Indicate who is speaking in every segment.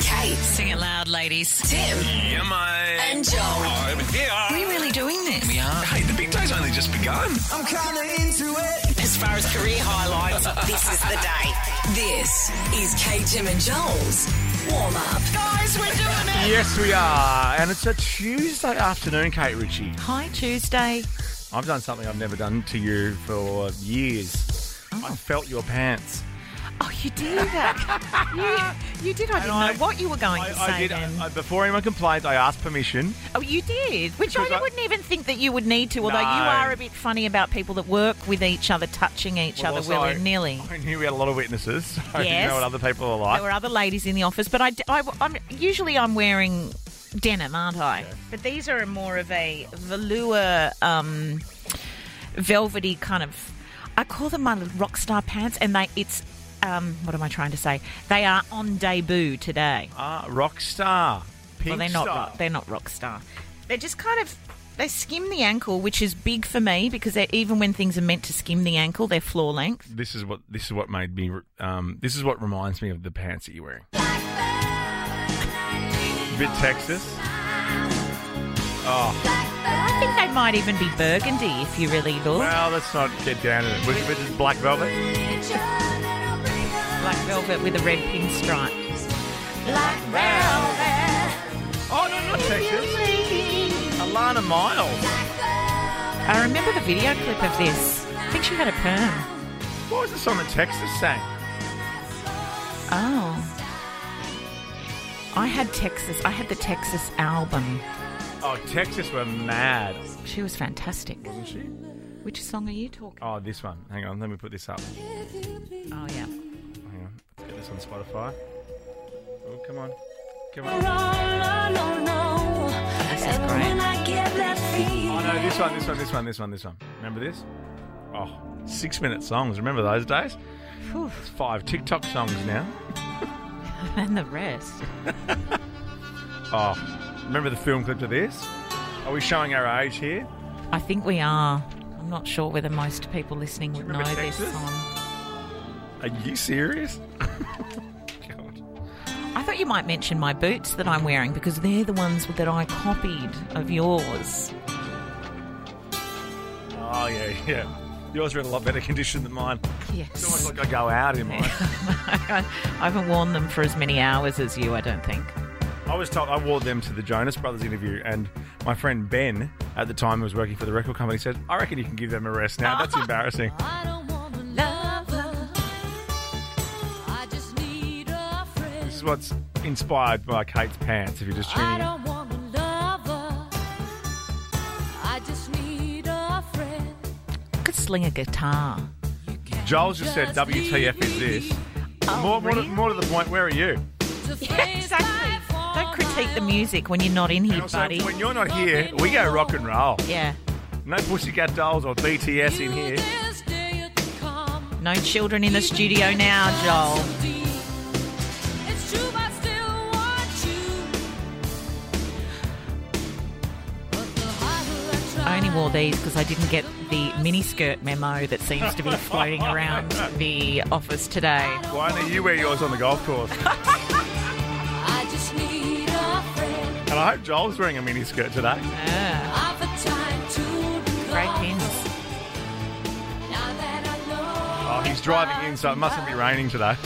Speaker 1: great.
Speaker 2: Sing it loud, ladies.
Speaker 1: Tim
Speaker 3: Yeah, mate.
Speaker 1: and Joel.
Speaker 3: I'm here.
Speaker 2: We really doing this.
Speaker 3: We are. Hey, the big day's only just begun.
Speaker 4: I'm kinda into it.
Speaker 1: As far as career highlights, this is the day. This is Kate, Tim and Joel's warm up. Guys, we're doing it.
Speaker 5: Yes, we are. And it's a Tuesday afternoon, Kate Ritchie.
Speaker 2: Hi, Tuesday.
Speaker 5: I've done something I've never done to you for years. I felt your pants.
Speaker 2: Oh, you did. you, you did. I didn't
Speaker 5: I-
Speaker 2: know what you were going
Speaker 5: I,
Speaker 2: to say
Speaker 5: I did.
Speaker 2: then.
Speaker 5: I, before anyone complained, I asked permission.
Speaker 2: oh, you did. Which I,
Speaker 5: Because I-
Speaker 2: wouldn't even think that you would need to, although you
Speaker 5: No.
Speaker 2: are a bit funny about people that work with each other, touching each
Speaker 5: Well,
Speaker 2: other
Speaker 5: also,
Speaker 2: willy-nilly.
Speaker 5: I knew we had a lot of witnesses. So I didn't
Speaker 2: Yes.
Speaker 5: know what other people are like.
Speaker 2: There were other ladies in the office, but I, am usually I'm wearing denim, aren't I? But these are more of a velour, um, velvety kind of. I call them my little rock star pants, and they it's. Um, what am I trying to say? They are on debut today.
Speaker 5: Ah, rock star. Pink
Speaker 2: well, they're not.
Speaker 5: star.
Speaker 2: Rock, they're not rock star. They're just kind of. They skim the ankle, which is big for me because they're, even when things are meant to skim the ankle, they're floor length.
Speaker 5: This is what this is what made me. re- Um, this is what reminds me of the pants that you're wearing. Bit Texas. Oh,
Speaker 2: I think they might even be burgundy if you really look.
Speaker 5: Well, let's not get down to it. Was it just black velvet?
Speaker 2: black velvet with a red pinstripe.
Speaker 5: Oh, no, not Texas. Alana Miles.
Speaker 2: I remember the video clip of this. I think she had a perm.
Speaker 5: What was the song that Texas sang?
Speaker 2: Oh. I had Texas. I had the Texas album.
Speaker 5: Oh, Texas were mad,
Speaker 2: She was fantastic.
Speaker 5: wasn't she?
Speaker 2: Which song are you talking?
Speaker 5: Oh, this one. Hang on, let me put this up. Hang
Speaker 2: Oh yeah.
Speaker 5: on. Let's get this on Spotify. Oh, come on. Come on.
Speaker 2: This is great.
Speaker 5: Oh, no, this one, this one, this one, this one, this one. Remember this? Oh, six minute songs. Remember those days?
Speaker 2: Phew.
Speaker 5: It's five TikTok songs now.
Speaker 2: And the rest.
Speaker 5: Oh, remember the film clip of this? Are we showing our age here?
Speaker 2: I think we are. I'm not sure whether most people listening would know
Speaker 5: Remember
Speaker 2: this
Speaker 5: Texas?
Speaker 2: song.
Speaker 5: Are you serious? God.
Speaker 2: I thought you might mention my boots that I'm wearing because they're the ones that I copied of yours.
Speaker 5: Oh, yeah, yeah. Yours are in a lot better condition than mine. It's
Speaker 2: Yes.
Speaker 5: almost like I go out in mine.
Speaker 2: I haven't worn them for as many hours as you, I don't think.
Speaker 5: I was told I wore them to the Jonas Brothers interview, and my friend Ben, at the time who was working for the record company, said, "I reckon you can give them a rest now. That's embarrassing." This is what's inspired by Kate's pants. If you're just tuning in,
Speaker 2: I could sling a guitar.
Speaker 5: Joel's just said, "WTF is this?" more, more, to,
Speaker 2: really?
Speaker 5: more to the point, where are you?
Speaker 2: exactly. Don't critique the music when you're not in here,
Speaker 5: And also,
Speaker 2: buddy.
Speaker 5: when you're not here, we go rock and roll.
Speaker 2: Yeah.
Speaker 5: No Pussycat Dolls or BTS in here.
Speaker 2: No children in the studio now, Joel. I only wore these because I didn't get the miniskirt memo that seems to be floating around the office today.
Speaker 5: Why don't you wear yours on the golf course?
Speaker 6: I just need a friend.
Speaker 5: And I hope Joel's wearing a mini skirt today.
Speaker 2: Ah,
Speaker 6: I've a time to
Speaker 2: great
Speaker 6: recover.
Speaker 2: pins.
Speaker 6: Now that I know
Speaker 5: Oh, he's driving in, so it mustn't be raining today.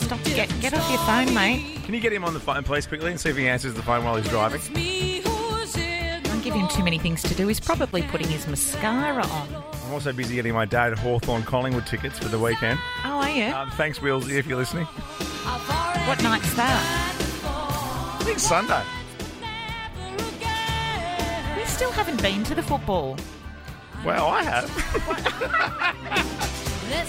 Speaker 2: Stop. Get, get off your phone, mate.
Speaker 5: Can you get him on the phone, please, quickly, and see if he answers the phone while he's driving?
Speaker 6: it's me who's in the
Speaker 2: Don't give him too many things to do. He's probably putting his mascara on.
Speaker 5: I'm also busy getting my dad Hawthorn Collingwood tickets for the weekend.
Speaker 2: Oh, are you?
Speaker 5: Um, thanks, Willsy, if you're listening.
Speaker 6: I've already
Speaker 2: What night's that?
Speaker 5: I think Sunday.
Speaker 6: never again.
Speaker 2: We still haven't been to the football.
Speaker 5: Well, I have.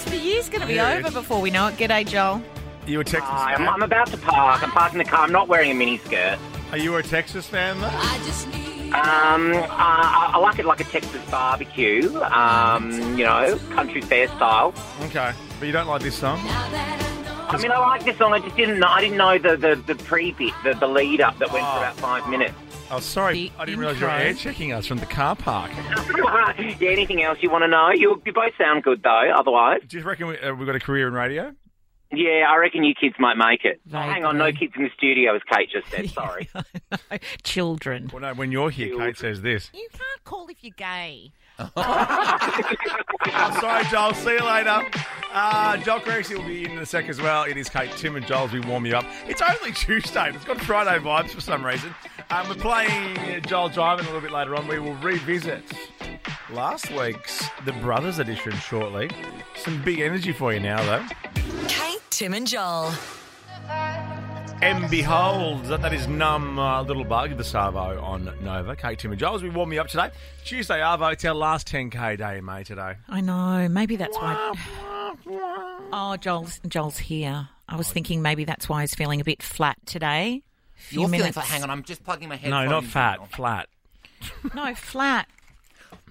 Speaker 2: The year's going to be
Speaker 5: Yeah.
Speaker 2: over before we know it. G'day, Joel.
Speaker 5: You a Texas
Speaker 7: Hi, I'm,
Speaker 5: fan?
Speaker 7: I'm about to park. I'm parking the car. I'm not wearing a miniskirt.
Speaker 5: Are you a Texas fan, though?
Speaker 6: I just need
Speaker 7: Um, uh, I, I like it like a Texas barbecue. Um, you know, country fair style.
Speaker 5: Okay. But you don't like this song?
Speaker 6: now that I know
Speaker 7: I mean, I like this song. I just didn't. know I didn't know the the, the pre bit, the, the lead up that went for about five minutes.
Speaker 5: Oh,
Speaker 2: The
Speaker 5: sorry. I didn't realise you were
Speaker 2: intro.
Speaker 5: air checking us from the car park.
Speaker 7: yeah. Anything else you want to know? You, you both sound good though. Otherwise,
Speaker 5: Do you reckon we, uh, we've got a career in radio?
Speaker 7: Yeah, I reckon you kids might make it. Oh,
Speaker 2: Right,
Speaker 7: hang on, no
Speaker 2: right.
Speaker 7: kids in the studio, as Kate just said. Sorry.
Speaker 2: Children.
Speaker 5: Well, no, when you're here, Kate says this.
Speaker 2: You can't call if you're gay.
Speaker 5: I'm sorry, Joel. See you later. Uh, Joel Creasy will be in in a sec as well. It is Kate, Tim, and Joel's. We warm you up. It's only Tuesday. It's got Friday vibes for some reason. Um, we're playing uh, Joel Driving a little bit later on. We will revisit last week's The Brothers edition shortly. Some big energy for you now, though.
Speaker 1: Kate, Tim, and Joel.
Speaker 5: And behold, that, that is Numb uh, Little Bug, the Savo on Nova. Kate, Tim, and Joel as we warm you up today. Tuesday, Arvo, it's our last 10K day, mate, today.
Speaker 2: I know. Maybe that's why. Oh, Joel's Joel's here. I was thinking maybe that's why he's feeling a bit flat today. Few
Speaker 8: You're feeling
Speaker 2: minutes.
Speaker 8: flat. Hang on, I'm just plugging my head.
Speaker 5: No, not fat, flat.
Speaker 2: No, flat.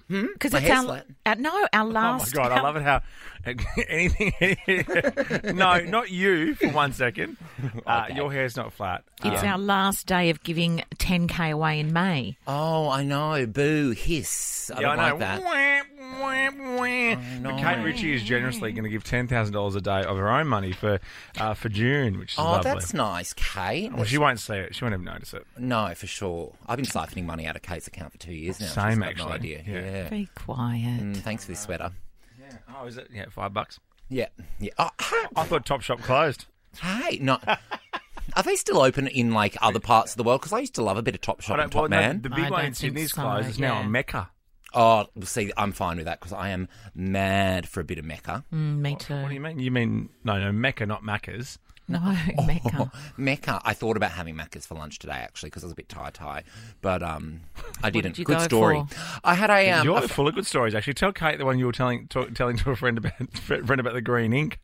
Speaker 2: Because
Speaker 8: My
Speaker 2: it's
Speaker 8: hair's
Speaker 2: our,
Speaker 8: flat.
Speaker 2: our- no our last.
Speaker 5: Hmm? Oh my god, I love it how anything. no, not you for one second. Uh, Your hair's not flat.
Speaker 2: It's our last day of giving 10k away in May.
Speaker 8: Oh, I know. Boo, hiss. I
Speaker 5: Yeah,
Speaker 8: don't
Speaker 5: I
Speaker 8: like that. Oh,
Speaker 5: know. But Kate Ritchie is generously going to give ten thousand dollars a day of her own money for uh, for June, which is
Speaker 8: Oh,
Speaker 5: lovely.
Speaker 8: that's nice, Kate.
Speaker 5: well, she won't see it. She won't even notice it.
Speaker 8: No, for sure. I've been siphoning money out of Kate's account for two years now.
Speaker 5: Same,
Speaker 8: She's got
Speaker 5: actually.
Speaker 8: No idea.
Speaker 5: Yeah.
Speaker 8: Yeah.
Speaker 2: Be quiet.
Speaker 8: Mm, Thanks for this sweater.
Speaker 5: Oh, is it? Yeah, five bucks.
Speaker 8: Yeah. Yeah. Oh,
Speaker 5: I thought Top Shop closed.
Speaker 8: hey, no. Are they still open in like other parts of the world? Because I used to love a bit of Top Shop and Top
Speaker 5: well, no,
Speaker 8: Man.
Speaker 5: the big
Speaker 2: I
Speaker 5: one in
Speaker 2: don't think
Speaker 5: Sydney's
Speaker 2: so,
Speaker 5: closed. It's now
Speaker 2: yeah.
Speaker 5: a Mecca.
Speaker 8: Oh, well, see, I'm fine with that because I am mad for a bit of Mecca.
Speaker 2: Mm, me too.
Speaker 5: What do you mean? You mean no, no Mecca, not Macca's.
Speaker 2: No,
Speaker 5: Oh.
Speaker 2: Mecca.
Speaker 8: Mecca. I thought about having Macca's for lunch today actually because I was a bit tired, tie, but um, I didn't.
Speaker 2: did you
Speaker 8: Good
Speaker 2: go
Speaker 8: story. I had a, um,
Speaker 5: You're
Speaker 8: a-
Speaker 5: full of good stories. Actually, tell Kate the one you were telling to, telling to a friend about friend about the green ink.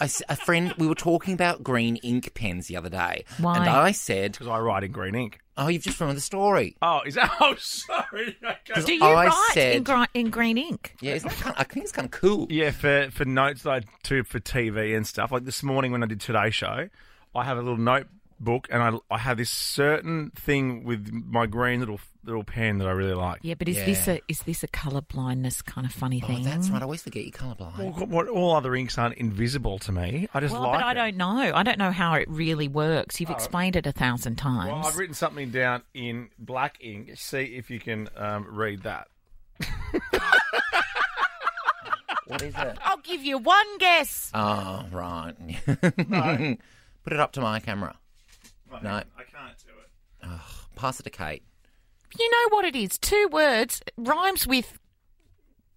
Speaker 8: I s- a friend. We were talking about green ink pens the other day,
Speaker 2: Why?
Speaker 8: and I said,
Speaker 5: Because I write in green ink.
Speaker 8: "Oh, you've just ruined the story."
Speaker 5: Oh, is that? Oh, sorry. Okay.
Speaker 2: Do you
Speaker 8: I
Speaker 2: write in,
Speaker 8: said-
Speaker 2: gri- in green ink?
Speaker 8: Yeah, isn't that kind of, I think it's kind of cool.
Speaker 5: Yeah, for for notes I do for TV and stuff. Like this morning when I did Today Show, I have a little notebook and I I have this certain thing with my green little little pen that I really like.
Speaker 2: Yeah, but is
Speaker 8: Yeah.
Speaker 2: this a is this a colour blindness kind of funny
Speaker 8: Oh,
Speaker 2: thing?
Speaker 8: that's right. I always forget you're colourblind.
Speaker 5: All, what, all other inks aren't invisible to me. I just
Speaker 2: Well,
Speaker 5: like.
Speaker 2: but I
Speaker 5: it.
Speaker 2: don't know. I don't know how it really works.
Speaker 8: Oh.
Speaker 2: You've explained it a thousand times.
Speaker 5: Well, I've written something down in black ink. See if you can um, read that.
Speaker 8: What is it?
Speaker 2: I'll give you one guess.
Speaker 8: Oh, right. Put it up to my camera. No. I
Speaker 5: can't do it.
Speaker 8: Pass it to Kate.
Speaker 2: You know what it is? Two words it rhymes with.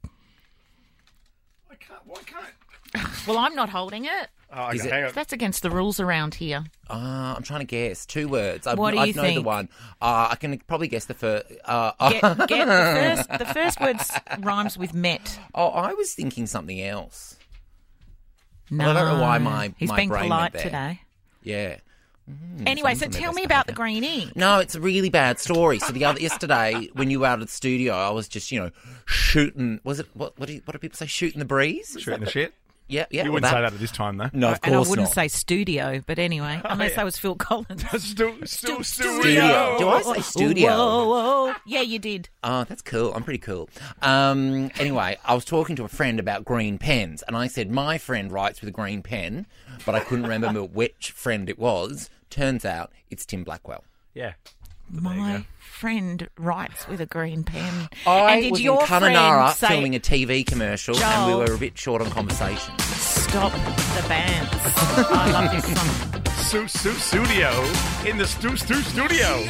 Speaker 5: I can't. Why can't?
Speaker 2: Well, I'm not holding it.
Speaker 5: Oh, okay,
Speaker 8: Is it-
Speaker 5: hang on.
Speaker 2: That's against the rules around here.
Speaker 8: Ah, I'm trying to guess. Two words. I,
Speaker 2: What do
Speaker 8: I
Speaker 2: you
Speaker 8: know the
Speaker 2: think?
Speaker 8: one. Uh, I can probably guess the first. Uh, uh,
Speaker 2: Get, get the first. The first word s- rhymes with met.
Speaker 8: oh, I was thinking something else.
Speaker 2: No,
Speaker 8: I don't know why my-
Speaker 2: he's
Speaker 8: my
Speaker 2: being
Speaker 8: brain
Speaker 2: polite
Speaker 8: went there.
Speaker 2: today.
Speaker 8: Yeah.
Speaker 2: Anyway, so
Speaker 8: something
Speaker 2: tell
Speaker 8: about
Speaker 2: me
Speaker 8: stuff
Speaker 2: about
Speaker 8: like
Speaker 2: the
Speaker 8: that.
Speaker 2: green ink.
Speaker 8: No, it's a really bad story. So the other yesterday, when you were out of the studio, I was just you know shooting. Was it what? What do, you, what do people say? Shooting the breeze? Is
Speaker 5: Shooting
Speaker 8: that
Speaker 5: the shit.
Speaker 8: Yeah, yeah.
Speaker 5: You
Speaker 8: well,
Speaker 5: wouldn't say that at this time, though.
Speaker 8: No, of
Speaker 2: And I
Speaker 8: course
Speaker 2: wouldn't
Speaker 8: not. Oh,
Speaker 2: say studio, but anyway, unless I was Phil Collins.
Speaker 5: still, still,
Speaker 8: studio. Do I say studio?
Speaker 2: Whoa, whoa, whoa. Yeah, you did.
Speaker 8: Oh, that's cool. I'm pretty cool. Um, anyway, I was talking to a friend about green pens, and I said my friend writes with a green pen, but I couldn't remember which friend it was. Turns out it's Tim Blackwell.
Speaker 5: Yeah.
Speaker 2: My friend writes with a green pen.
Speaker 8: I
Speaker 2: and did
Speaker 8: was
Speaker 2: your
Speaker 8: in
Speaker 2: friend
Speaker 8: Kununurra
Speaker 2: say,
Speaker 8: filming a TV commercial, and
Speaker 2: Joel.
Speaker 8: we were a bit short on conversation.
Speaker 2: stop the bands? I love this song.
Speaker 5: Stu, stu, studio in the stu, stu studio.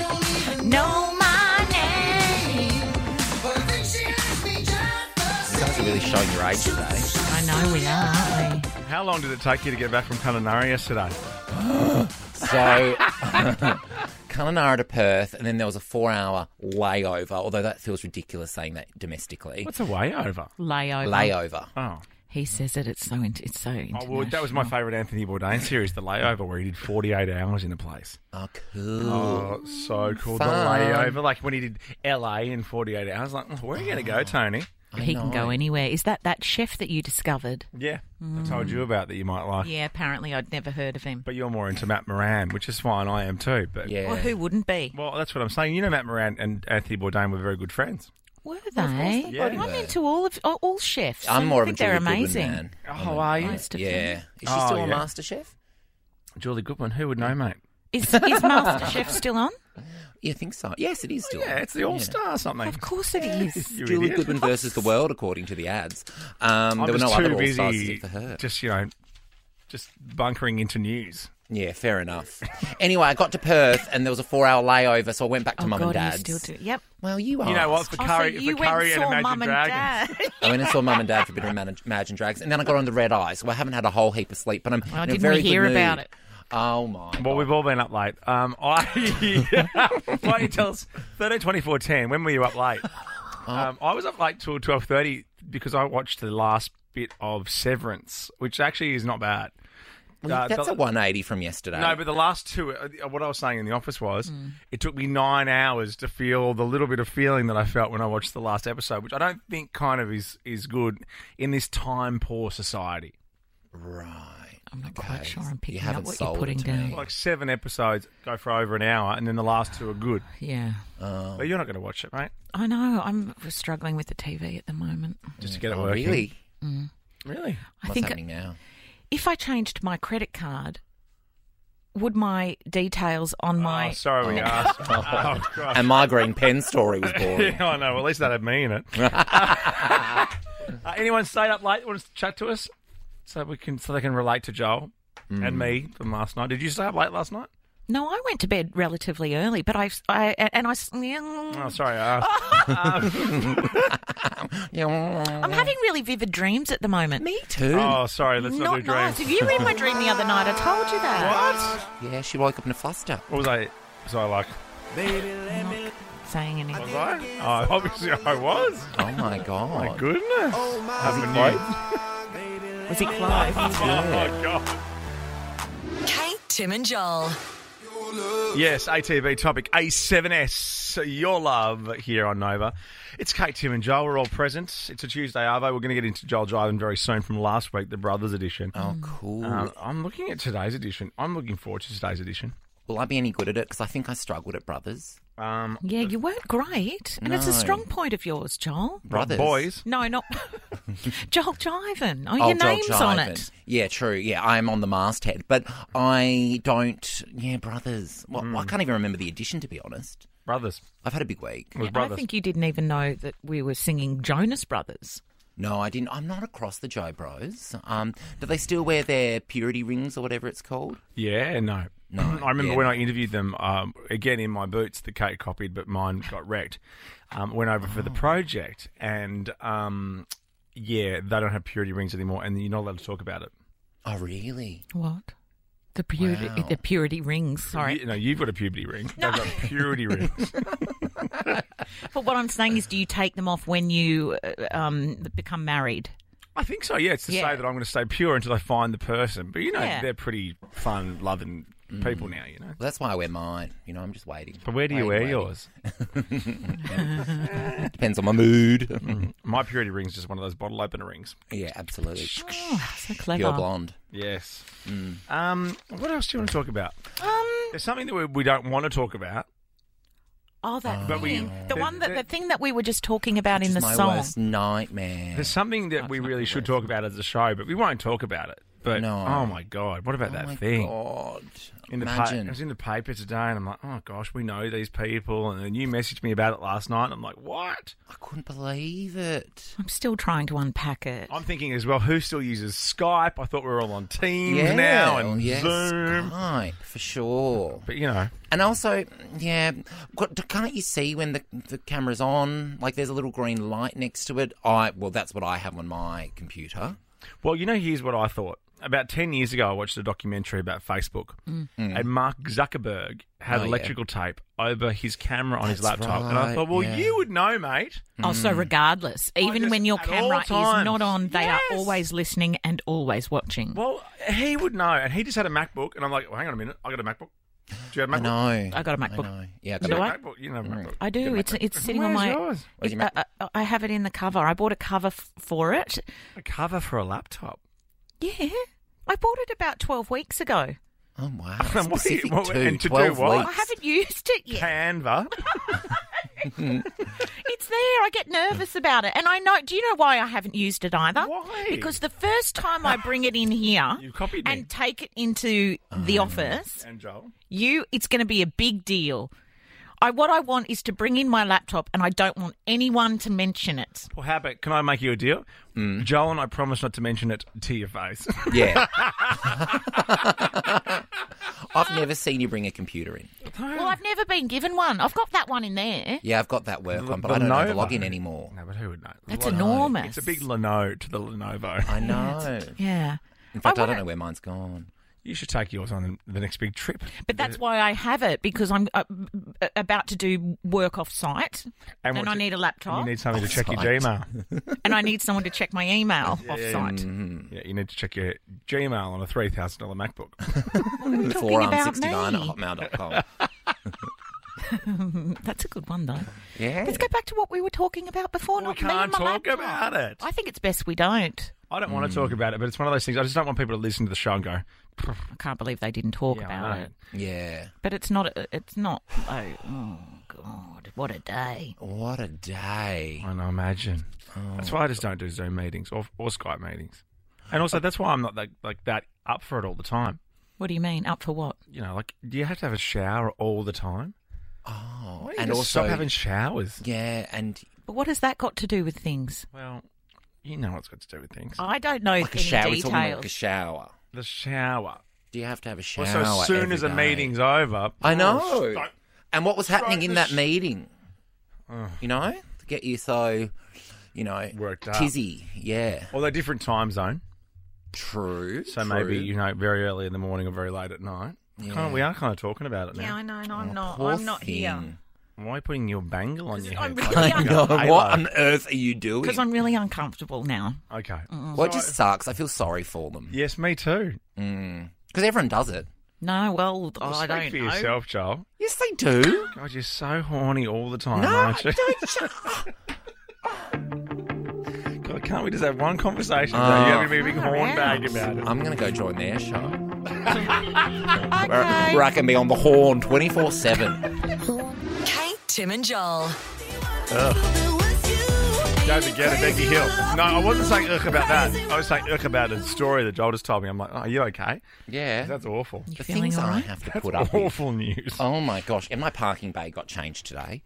Speaker 2: Know my name.
Speaker 8: You guys are really showing your age today.
Speaker 2: I know we are, aren't we?
Speaker 5: How long did it take you to get back from Kununurra yesterday?
Speaker 8: So, Kununurra to Perth, and then there was a four-hour layover. Although that feels ridiculous saying that domestically.
Speaker 5: What's a way over?
Speaker 2: Layover.
Speaker 8: Layover.
Speaker 5: Oh,
Speaker 2: He says it. It's so. In- it's so.
Speaker 5: oh well, that was my favourite Anthony Bourdain series, The Layover, where he did 48 hours in a place.
Speaker 8: Oh, cool.
Speaker 5: Oh, so cool. The
Speaker 8: Fun.
Speaker 5: Layover, like when he did LA in 48 hours. Like, "Oh, where are you going to go, Tony?
Speaker 2: international. He can go anywhere. Is that that chef that you discovered?
Speaker 5: Yeah, I told you about that you might like.
Speaker 2: Yeah. Apparently, I'd never heard of him.
Speaker 5: But you're more into Matt Moran, which is fine. I am too. But
Speaker 8: Yeah.
Speaker 2: Well, who wouldn't be?
Speaker 5: Well, that's what I'm saying. You know, Matt Moran and Anthony Bourdain were very good friends.
Speaker 2: Were they?
Speaker 5: Yeah. bloody
Speaker 2: I'm
Speaker 8: were.
Speaker 2: into all of all- all chefs.
Speaker 8: I'm
Speaker 2: I
Speaker 8: more of a
Speaker 2: think
Speaker 8: Julie
Speaker 2: they're
Speaker 8: Goodwin
Speaker 2: amazing.
Speaker 8: man.
Speaker 5: Oh, are you?
Speaker 2: Most of them.
Speaker 8: Yeah. Is she
Speaker 5: Oh,
Speaker 8: still a
Speaker 5: yeah.
Speaker 8: master chef?
Speaker 5: Julie Goodwin, who would know, mate?
Speaker 2: Is, is MasterChef still on?
Speaker 8: You think so? Yes, it is still.
Speaker 5: Oh, Yeah, it's the All Star something.
Speaker 2: Of course it is.
Speaker 5: You
Speaker 8: Julie
Speaker 5: idiot.
Speaker 8: Goodwin versus the world, according to the ads. Um,
Speaker 5: I'm
Speaker 8: there were no
Speaker 5: just
Speaker 8: other
Speaker 5: too
Speaker 8: All Stars
Speaker 5: busy,
Speaker 8: except for her.
Speaker 5: just you know, just bunkering into news.
Speaker 8: Yeah, fair enough. anyway, I got to Perth and there was a four-hour layover, so I went back to
Speaker 2: Oh,
Speaker 8: mum
Speaker 2: God,
Speaker 8: and dad's.
Speaker 2: you still do. Yep.
Speaker 8: Well, you are.
Speaker 5: You know what? For
Speaker 2: Oh, so
Speaker 5: curry,
Speaker 2: you
Speaker 5: for
Speaker 2: went
Speaker 5: curry and
Speaker 2: saw
Speaker 5: Imagine
Speaker 2: Mum and
Speaker 5: Dragons.
Speaker 2: Dad.
Speaker 8: I went and saw mum and dad for a bit of Imagine, Imagine Dragons, and then I got on the red eye, so I haven't had a whole heap of sleep. But I'm in a
Speaker 2: didn't we
Speaker 8: very good
Speaker 2: hear
Speaker 8: mood.
Speaker 2: about it?
Speaker 8: Oh my!
Speaker 5: Well,
Speaker 8: God.
Speaker 5: we've all been up late. Um, I why don't you tell us thirteen twenty four ten? When were you up late?
Speaker 8: Oh.
Speaker 5: Um, I was up late till twelve thirty because I watched the last bit of Severance, which actually is not bad.
Speaker 8: Well,
Speaker 5: uh,
Speaker 8: that's
Speaker 5: the-
Speaker 8: a 180 from yesterday.
Speaker 5: No, but the last two, uh, what I was saying in the office was,
Speaker 8: Hmm.
Speaker 5: it took me nine hours to feel the little bit of feeling that I felt when I watched the last episode, which I don't think kind of is is good in this time poor society.
Speaker 8: right.
Speaker 2: I'm not quite sure I'm picking
Speaker 8: haven't
Speaker 2: up what you're
Speaker 8: sold it
Speaker 2: putting
Speaker 8: to me.
Speaker 2: down.
Speaker 5: Like seven episodes go for over an hour, and then the last two are good.
Speaker 2: Yeah.
Speaker 8: Oh.
Speaker 5: But you're not going to watch it, right?
Speaker 2: I know. I'm struggling with the TV at the moment.
Speaker 5: Just to get it
Speaker 8: Oh,
Speaker 5: working.
Speaker 8: really?
Speaker 5: Really?
Speaker 2: I
Speaker 8: What's
Speaker 2: think
Speaker 8: happening now?
Speaker 2: if I changed my credit card, would my details on my
Speaker 5: Oh, sorry we asked. oh, God.
Speaker 8: And my green pen story was boring.
Speaker 5: Yeah, I know. Well, at least that had me in it. uh, anyone stayed up late? Wants to chat to us, so we can so they can relate to Joel and me from last night. Did you stay up late last night?
Speaker 2: No, I went to bed relatively early, but I've I and I mm,
Speaker 5: Oh, sorry. I asked.
Speaker 8: Yeah.
Speaker 2: I'm having really vivid dreams at the moment.
Speaker 8: Me too.
Speaker 5: oh, sorry. Let's not,
Speaker 2: Not
Speaker 5: do
Speaker 2: nice.
Speaker 5: dreams.
Speaker 2: If you were in my dream the other night, I told you that.
Speaker 5: What?
Speaker 8: Yeah, she woke up in a fluster.
Speaker 5: What was I? Was I like?
Speaker 2: Saying anything.
Speaker 5: Was I? Oh, obviously I was.
Speaker 8: Oh my god.
Speaker 5: My goodness. Oh my god.
Speaker 2: Was he Clive?
Speaker 5: Oh my god.
Speaker 1: Kate, Tim, and Joel.
Speaker 5: Yes, ATV topic A7S, your love here on Nova. It's Kate, Tim, and Joel. We're all present. It's a Tuesday Arvo. We're going to get into Joel Driving very soon from last week, the Brothers edition.
Speaker 8: Oh, cool.
Speaker 5: Um, I'm looking at today's edition. I'm looking forward to today's edition.
Speaker 8: Will I be any good at it? Because I think I struggled at brothers.
Speaker 5: Um,
Speaker 2: Yeah, you weren't great, and it's a
Speaker 8: No.
Speaker 2: strong point of yours, Joel.
Speaker 8: Brothers.
Speaker 5: boys,
Speaker 2: No, not Joel Jiven. Oh,
Speaker 8: Oh,
Speaker 2: your
Speaker 8: Joel
Speaker 2: name's on
Speaker 8: Jiven.
Speaker 2: it.
Speaker 8: Yeah, true. Yeah, I am on the masthead, but I don't. Yeah, brothers. Well,
Speaker 5: Hmm.
Speaker 8: I can't even remember the edition to be honest.
Speaker 5: brothers.
Speaker 8: I've had a big week.
Speaker 5: It was
Speaker 2: I
Speaker 5: brothers.
Speaker 2: think you didn't even know that we were singing Jonas Brothers.
Speaker 8: No, I didn't. I'm not across the Joe Bros. Um, do they still wear their purity rings or whatever it's called?
Speaker 5: yeah, no.
Speaker 8: No,
Speaker 5: I remember
Speaker 8: yeah,
Speaker 5: when
Speaker 8: no.
Speaker 5: I interviewed them, um, again in my boots that Kate copied, but mine got wrecked. Um, went over
Speaker 8: Oh.
Speaker 5: for the project, and um, yeah, they don't have purity rings anymore, and you're not allowed to talk about it.
Speaker 8: Oh, really?
Speaker 2: What? The purity,
Speaker 8: Wow.
Speaker 2: the purity rings. Sorry,
Speaker 5: You, no, you've got a puberty ring. I've got purity rings.
Speaker 2: But what I'm saying is, do you take them off when you uh, um, become married?
Speaker 5: I think so, yeah. It's to
Speaker 2: Yeah.
Speaker 5: say that I'm going to stay pure until I find the person. But, you know,
Speaker 2: Yeah.
Speaker 5: they're pretty fun, loving
Speaker 8: Mm.
Speaker 5: people now, you know.
Speaker 8: Well, that's why I wear mine. You know, I'm just waiting.
Speaker 5: But where do you
Speaker 8: Waiting,
Speaker 5: wear
Speaker 8: waiting.
Speaker 5: yours?
Speaker 8: Depends on my mood.
Speaker 5: My purity ring's just one of those bottle opener rings.
Speaker 8: yeah, absolutely.
Speaker 2: Oh, So clever.
Speaker 8: Pure blonde.
Speaker 5: Yes. Um, what else do you want to talk about?
Speaker 2: Mm. Um,
Speaker 5: There's something that we, we don't want to talk about.
Speaker 2: oh, that
Speaker 5: But we-
Speaker 2: thing. the
Speaker 5: the-
Speaker 2: one that
Speaker 5: the-
Speaker 2: the thing that we were just talking about in
Speaker 8: It's
Speaker 2: the
Speaker 8: my
Speaker 2: song.
Speaker 8: worst nightmare.
Speaker 5: There's something that we really should talk about as a show, but we won't talk about it. But,
Speaker 8: No.
Speaker 5: oh my God, what about
Speaker 8: oh
Speaker 5: that
Speaker 8: my
Speaker 5: thing?
Speaker 8: god!
Speaker 5: in the pa-
Speaker 8: Imagine.
Speaker 5: it was in the paper today, and I'm like, oh gosh, we know these people. And then you messaged me about it last night, and I'm like, what?
Speaker 8: I couldn't believe it.
Speaker 2: I'm still trying to unpack it.
Speaker 5: I'm thinking as well, who still uses Skype? I thought we were all on Teams
Speaker 8: yeah,
Speaker 5: now and
Speaker 8: yes,
Speaker 5: Zoom.
Speaker 8: Skype, for sure.
Speaker 5: But you know,
Speaker 8: And also, yeah, got- can't you see when the the camera's on? Like, there's a little green light next to it. I well, that's what I have on my computer.
Speaker 5: well, you know, here's what I thought. About 10 years ago, I watched a documentary about Facebook, and Mark Zuckerberg had
Speaker 8: Mm. Oh, yeah.
Speaker 5: electrical tape over his camera on his
Speaker 8: That's
Speaker 5: laptop. And I
Speaker 8: right,
Speaker 5: thought, well,
Speaker 8: yeah.
Speaker 5: you would know, mate.
Speaker 2: Oh, so regardless, even
Speaker 5: Mm. just-
Speaker 2: when your
Speaker 5: at all
Speaker 2: camera is
Speaker 5: times.
Speaker 2: not on, they
Speaker 5: Yes.
Speaker 2: are always listening and always watching.
Speaker 5: Well, he would know. And he just had a MacBook, and I'm like, well, hang on a minute, I got a MacBook. Do you have a
Speaker 8: I
Speaker 5: MacBook?
Speaker 8: know.
Speaker 2: I got a
Speaker 8: I
Speaker 2: MacBook.
Speaker 8: know. Yeah, I
Speaker 5: Do
Speaker 8: got
Speaker 5: you
Speaker 8: a
Speaker 2: Do
Speaker 5: have
Speaker 2: I?
Speaker 5: a MacBook? You don't have a MacBook.
Speaker 2: I
Speaker 5: You
Speaker 2: do.
Speaker 5: have a
Speaker 2: It's
Speaker 5: MacBook.
Speaker 2: it's sitting on
Speaker 5: Where's
Speaker 2: my.
Speaker 5: yours?
Speaker 8: Where's your
Speaker 2: I, I- I have it in the cover. I bought a cover f- for it.
Speaker 5: A cover for a laptop.
Speaker 2: Yeah, I bought it about twelve weeks ago.
Speaker 8: Oh wow!
Speaker 5: And what-
Speaker 8: Specific
Speaker 5: what-
Speaker 8: too,
Speaker 5: and to do
Speaker 8: 12
Speaker 5: what?
Speaker 8: weeks.
Speaker 2: I haven't used it yet.
Speaker 5: Canva.
Speaker 2: It's there. I get nervous about it. And I know, do you know why I haven't used it either?
Speaker 5: Why?
Speaker 2: Because the first time I bring it in here
Speaker 5: You Um, copied me.
Speaker 2: and take it into the office,
Speaker 5: And Joel.
Speaker 2: you it's going to be a big deal. I what I want is to bring in my laptop and I don't want anyone to mention it.
Speaker 5: Well, how about, can I make you a deal?
Speaker 8: Mm.
Speaker 5: Joel and I promise not to mention it to your face.
Speaker 8: Yeah. I've never seen you bring a computer in.
Speaker 2: Well, I've never been given one. I've got that one in there.
Speaker 8: Yeah, I've got that work on, but
Speaker 5: The
Speaker 8: I don't have the
Speaker 5: Lenovo.
Speaker 8: login anymore.
Speaker 5: no, but who would know?
Speaker 2: That's
Speaker 5: What-
Speaker 2: enormous.
Speaker 5: It's a big Leno to the Lenovo.
Speaker 8: I know.
Speaker 2: Yeah.
Speaker 8: In fact, I,
Speaker 2: wanna-
Speaker 8: don't know where mine's gone.
Speaker 5: You should take yours on the next big trip.
Speaker 2: But that's why I have it because I'm uh, b- about to do work off site and,
Speaker 5: what's
Speaker 2: I
Speaker 5: it-
Speaker 2: need a
Speaker 5: You
Speaker 2: laptop
Speaker 5: need something to check your
Speaker 8: Offsite.
Speaker 5: Gmail.
Speaker 2: and I need someone to check my email off site.
Speaker 5: yeah, Mm. you need to check your Gmail on a three thousand dollar MacBook.
Speaker 2: talking
Speaker 8: Forearm69
Speaker 2: about
Speaker 8: at hotmail.com.
Speaker 2: That's a good one, though.
Speaker 8: yeah.
Speaker 2: Let's go back to what we were talking about before.
Speaker 5: Well,
Speaker 2: not
Speaker 5: we
Speaker 2: me and
Speaker 5: can't
Speaker 2: my
Speaker 5: talk
Speaker 2: laptop.
Speaker 5: about it.
Speaker 2: I think it's best we don't.
Speaker 5: I don't
Speaker 8: Mm.
Speaker 5: want to talk about it, but it's one of those things. I just don't want people to listen to the show and go,
Speaker 2: I can't believe they didn't talk
Speaker 5: Yeah, I
Speaker 2: about
Speaker 5: know.
Speaker 2: it.
Speaker 8: Yeah.
Speaker 2: But it's not. It's not. Oh, oh God! What a day.
Speaker 8: What a day.
Speaker 5: "I know, imagine."
Speaker 8: Oh.
Speaker 5: That's why I just don't do Zoom meetings or, or Skype meetings, and also that's why I'm not like, like that up for it all the time.
Speaker 2: What do you mean? Up for what?
Speaker 5: You know, like do you have to have a shower all the time?
Speaker 8: Oh,
Speaker 5: Why don't you
Speaker 8: and
Speaker 5: just
Speaker 8: also,
Speaker 5: stop having showers.
Speaker 8: yeah, and
Speaker 2: But what has that got to do with things?
Speaker 5: Well, you know what's got to do with things.
Speaker 8: Uh,
Speaker 2: I don't know
Speaker 8: like a
Speaker 2: any
Speaker 8: shower. We're talking about
Speaker 2: details.
Speaker 8: like a shower.
Speaker 5: The shower.
Speaker 8: Do you have to have a shower?
Speaker 5: Well, so as soon
Speaker 8: every
Speaker 5: as a
Speaker 8: day?
Speaker 5: meeting's over, oh,
Speaker 8: I know.
Speaker 5: Don't-
Speaker 8: and what was happening
Speaker 5: Right,
Speaker 8: in
Speaker 5: the
Speaker 8: that
Speaker 5: sh-
Speaker 8: meeting? You know, to get you so, you know,
Speaker 5: Worked up.
Speaker 8: tizzy. Yeah,
Speaker 5: although different time zone.
Speaker 8: true.
Speaker 5: So
Speaker 8: true.
Speaker 5: maybe you know, very early in the morning or very late at night. Kind of, we are kind of talking about it
Speaker 2: yeah,
Speaker 5: now.
Speaker 2: I know, and I'm
Speaker 8: Oh,
Speaker 2: not.
Speaker 8: poor
Speaker 2: I'm not here
Speaker 8: thing.
Speaker 5: Why are you putting your bangle on your
Speaker 2: I'm
Speaker 5: head?
Speaker 2: really
Speaker 8: I
Speaker 2: Yeah.
Speaker 8: know.
Speaker 5: Halo.
Speaker 8: What on earth are you doing?
Speaker 2: because I'm really uncomfortable now.
Speaker 5: Okay.
Speaker 8: Well, it just sucks. I feel sorry for them
Speaker 5: Yes, me too.
Speaker 8: because everyone does it.
Speaker 2: No, well, oh, I
Speaker 5: Speak
Speaker 2: don't
Speaker 5: for
Speaker 2: know.
Speaker 5: yourself, Joel.
Speaker 8: Yes, they do.
Speaker 5: God, you're so horny all the time,
Speaker 8: no,
Speaker 5: aren't you?
Speaker 8: don't. Shut
Speaker 5: God, can't we just have one conversation?
Speaker 8: Oh.
Speaker 5: You're having to be a big
Speaker 2: Far
Speaker 5: hornbag
Speaker 2: out.
Speaker 5: about it.
Speaker 8: I'm going to go join their show. Where,
Speaker 2: Okay.
Speaker 8: where I can be on the horn 24 7.
Speaker 1: Kate, Tim, and Joel.
Speaker 5: Don't forget it, Becky Hill. No, I wasn't saying ugh about that. I was saying ugh about a story that Joel just told me. I'm like, oh, are you okay?
Speaker 8: Yeah.
Speaker 5: That's awful.
Speaker 8: The
Speaker 2: feeling
Speaker 8: things
Speaker 2: all
Speaker 8: I
Speaker 2: right?
Speaker 8: have to
Speaker 5: That's
Speaker 8: put up with.
Speaker 5: awful news.
Speaker 8: Oh my gosh! And my parking bay got changed today.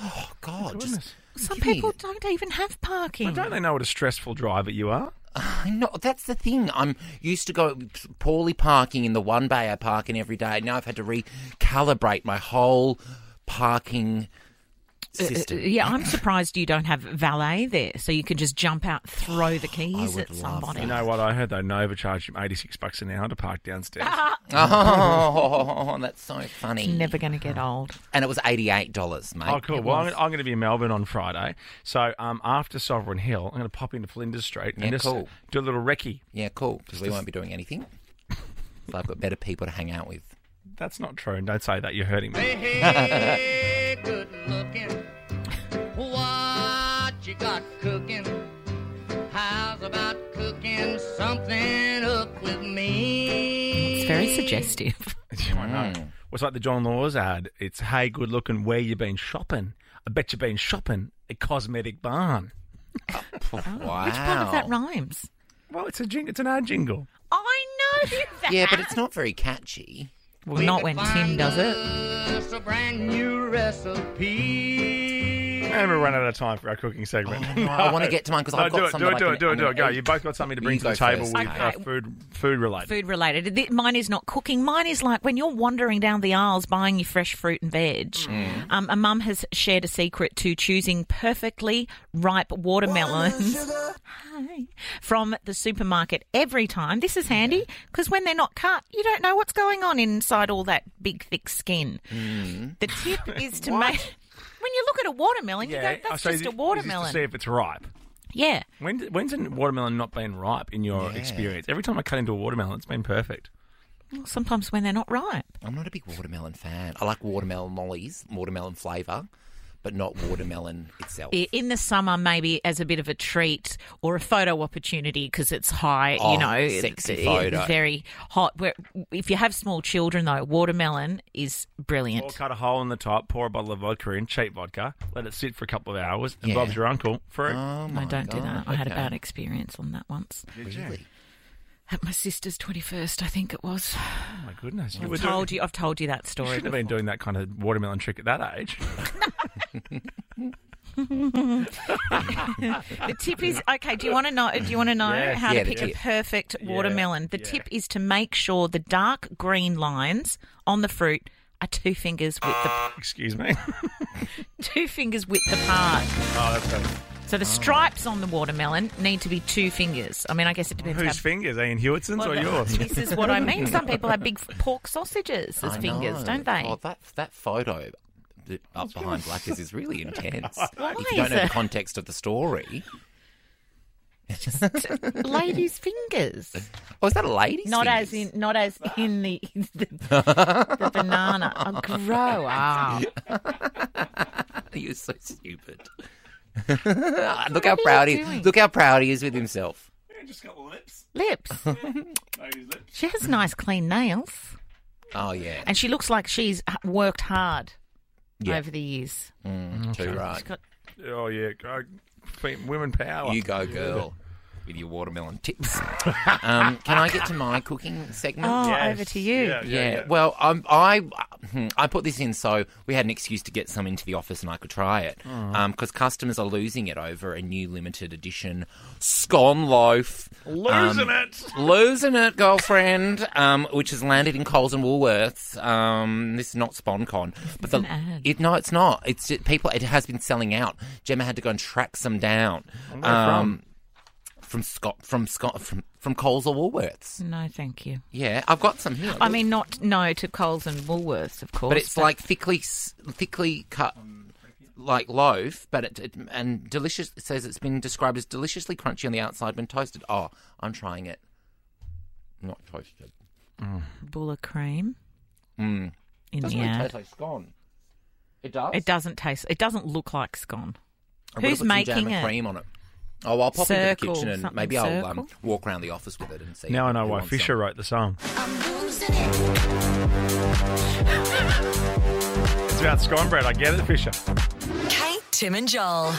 Speaker 8: Oh God! Just,
Speaker 5: Goodness.
Speaker 2: Some
Speaker 8: give me-
Speaker 2: people don't even have parking.
Speaker 5: But don't they know what a stressful driver you are?
Speaker 8: I know that's the thing. I'm used to go poorly parking in the one bay I park in every day. Now I've had to recalibrate my whole parking
Speaker 2: Uh, uh,
Speaker 8: system.
Speaker 2: yeah, I'm surprised you don't have valet there, so you can just jump out, throw the keys
Speaker 8: would
Speaker 2: at
Speaker 8: love
Speaker 2: somebody.
Speaker 5: You know what I heard though? Nova charged him 86 bucks an hour to park downstairs.
Speaker 8: Oh, that's so funny.
Speaker 2: Never going to get old.
Speaker 8: And it was eighty-eight dollars, mate.
Speaker 5: Oh, cool. Well, I'm, I'm going to be in Melbourne on Friday. So um, after Sovereign Hill, I'm going to pop into Flinders Street and
Speaker 8: Yeah,
Speaker 5: just
Speaker 8: cool.
Speaker 5: do a little recce.
Speaker 8: Yeah, cool. Because we won't be doing anything. So I've got better people to hang out with.
Speaker 5: That's not true. Don't say that. You're hurting me.
Speaker 9: Hey, good looking. What you got cooking? How's about cooking something up with me?
Speaker 2: It's very suggestive.
Speaker 5: Yeah, I
Speaker 8: Hmm.
Speaker 5: know. Well, It's like the John Laws ad. It's, hey, good looking, where you been shopping? I bet you been shopping at Cosmetic Barn.
Speaker 8: wow.
Speaker 2: Oh, Which part of that rhymes?
Speaker 5: Well, it's a jing- it's an ad jingle.
Speaker 2: I know that.
Speaker 8: Yeah, but it's not very catchy.
Speaker 2: well, not when Tim does it.
Speaker 9: It's a brand new recipe.
Speaker 5: And we're running out of time for our cooking segment.
Speaker 8: Oh, no, I wanna get to mine 'cause
Speaker 5: no,
Speaker 8: I've got
Speaker 5: do it,
Speaker 8: some
Speaker 5: do
Speaker 8: that
Speaker 5: it,
Speaker 8: I
Speaker 5: do
Speaker 8: can-
Speaker 5: it, do
Speaker 8: I'm
Speaker 5: it, do
Speaker 8: gonna
Speaker 5: it. Go.
Speaker 8: eat.
Speaker 5: You both got something to
Speaker 8: You
Speaker 5: bring to the
Speaker 8: go
Speaker 5: table
Speaker 8: first,
Speaker 5: with
Speaker 8: Kate.
Speaker 5: uh, food, food related.
Speaker 2: Food related. Th- Mine is not cooking. Mine is like when you're wandering down the aisles buying your fresh fruit and veg. Um, a mum has shared a secret to choosing perfectly ripe watermelons. Hi. from the supermarket every time. This is handy because when they're not cut, you don't know what's going on inside all that big, thick skin. The tip is to make. When you look at a watermelon, you go,
Speaker 5: I
Speaker 2: that's
Speaker 5: say
Speaker 2: just
Speaker 5: this-
Speaker 2: a
Speaker 5: this is
Speaker 2: watermelon.
Speaker 5: To see if it's ripe.
Speaker 2: yeah.
Speaker 5: When, when's a watermelon not been ripe in your
Speaker 8: Yeah.
Speaker 5: experience? Every time I cut into a watermelon, it's been perfect.
Speaker 2: Well, sometimes when they're not ripe.
Speaker 8: I'm not a big watermelon fan. I like watermelon lollies, watermelon flavour, but not watermelon itself.
Speaker 2: I- in the summer maybe as a bit of a treat or a photo opportunity because it's high
Speaker 8: Oh,
Speaker 2: you know
Speaker 8: sexy
Speaker 2: it- it-
Speaker 8: photo.
Speaker 2: very hot Where, if you have small children though watermelon is
Speaker 5: Or
Speaker 2: brilliant
Speaker 5: cut a hole in the top, pour a bottle of vodka in, cheap vodka, let it sit for a couple of hours, and
Speaker 8: Yeah.
Speaker 5: Bob's your uncle. Fruit.
Speaker 8: Oh
Speaker 2: no
Speaker 8: my
Speaker 2: don't do
Speaker 8: God,
Speaker 2: that i had a
Speaker 8: okay.
Speaker 2: bad experience on that once
Speaker 8: Really?
Speaker 2: at my sister's 21st i think it was
Speaker 5: oh my goodness. You were
Speaker 2: i've
Speaker 5: doing-
Speaker 2: told you i've told you that
Speaker 5: You
Speaker 2: story
Speaker 5: shouldn't have been
Speaker 2: before.
Speaker 5: doing that kind of watermelon trick at that age.
Speaker 2: the tip is okay do you want to know do you want to know
Speaker 5: Yes.
Speaker 2: how
Speaker 8: Yeah,
Speaker 2: to
Speaker 8: the
Speaker 2: pick a
Speaker 8: tip.
Speaker 2: perfect watermelon the
Speaker 5: Yeah.
Speaker 2: tip is to make sure the dark green lines on the fruit are two fingers width the
Speaker 5: Excuse me.
Speaker 2: two fingers width apart.
Speaker 5: Oh, that's funny.
Speaker 2: So the stripes on the watermelon need to be two fingers. I mean, I guess it depends.
Speaker 5: Whose
Speaker 2: how-
Speaker 5: fingers? Ian Hewittson's
Speaker 2: Well,
Speaker 5: or
Speaker 2: no,
Speaker 5: yours?
Speaker 2: This is what I mean. Some people have big pork sausages as
Speaker 8: I
Speaker 2: fingers,
Speaker 8: know.
Speaker 2: don't they?
Speaker 8: Oh, that that photo th- up behind Blackers is really intense. if
Speaker 2: is
Speaker 8: you don't know
Speaker 2: it?
Speaker 8: the context of the story,
Speaker 2: Ladies' fingers,
Speaker 8: oh, is that a lady's?
Speaker 2: not as in
Speaker 8: fingers?
Speaker 2: not as in the the, the banana. Oh, grow up.
Speaker 8: You're so stupid. look how
Speaker 2: you
Speaker 8: proud he
Speaker 2: doing?
Speaker 8: look how proud he is with himself.
Speaker 5: Just a couple of lips.
Speaker 2: Lips. She has nice clean nails,
Speaker 8: Oh yeah,
Speaker 2: and she looks like she's h- worked hard
Speaker 8: Yeah.
Speaker 2: over the years.
Speaker 8: too right.
Speaker 2: got-
Speaker 5: Oh, yeah. Go. fe- Women power.
Speaker 8: You go, girl, with your watermelon tips. um, can I get to my cooking segment?
Speaker 2: Oh,
Speaker 5: Yes.
Speaker 2: over to you.
Speaker 5: Yeah, yeah,
Speaker 8: yeah,
Speaker 5: yeah.
Speaker 8: Well, um, I hmm, I put this in so we had an excuse to get some into the office and I could try it
Speaker 2: Oh.
Speaker 8: because customers are losing it over a new limited edition scone loaf.
Speaker 5: Losing
Speaker 8: Um,
Speaker 5: it.
Speaker 8: Losing it, girlfriend, um, which has landed in Coles and Woolworths. Um, this is not SponCon, but the,
Speaker 2: an ad.
Speaker 8: it no, it's not. It's just, people. It has been selling out. Gemma had to go and track some down. Um, from Scott, from Scott, from from Coles or Woolworths.
Speaker 2: No, thank you.
Speaker 8: Yeah, I've got some here.
Speaker 2: I mean, not no to Coles and Woolworths, of course.
Speaker 8: but it's like thickly s- thickly cut like loaf but it, it and delicious it says it's been described as deliciously crunchy on the outside when toasted oh i'm trying it not toasted
Speaker 2: Bulla cream. In
Speaker 8: Mm. doesn't
Speaker 2: the
Speaker 8: really
Speaker 2: ad.
Speaker 8: taste like scone it does
Speaker 2: It doesn't taste. It doesn't look like scone.
Speaker 8: I'm gonna
Speaker 2: Who's
Speaker 8: put some jam
Speaker 2: making
Speaker 8: and
Speaker 2: it?
Speaker 8: cream on it oh i'll pop into
Speaker 2: Circle,
Speaker 8: the kitchen and
Speaker 2: something
Speaker 8: maybe i'll um,
Speaker 2: circle?
Speaker 8: walk around the office with it and see
Speaker 5: Now I
Speaker 8: who
Speaker 5: know why
Speaker 8: wants some.
Speaker 5: Fisher wrote the song. It's about scone bread. I get it, Fisher.
Speaker 1: Kate, Tim, and Joel.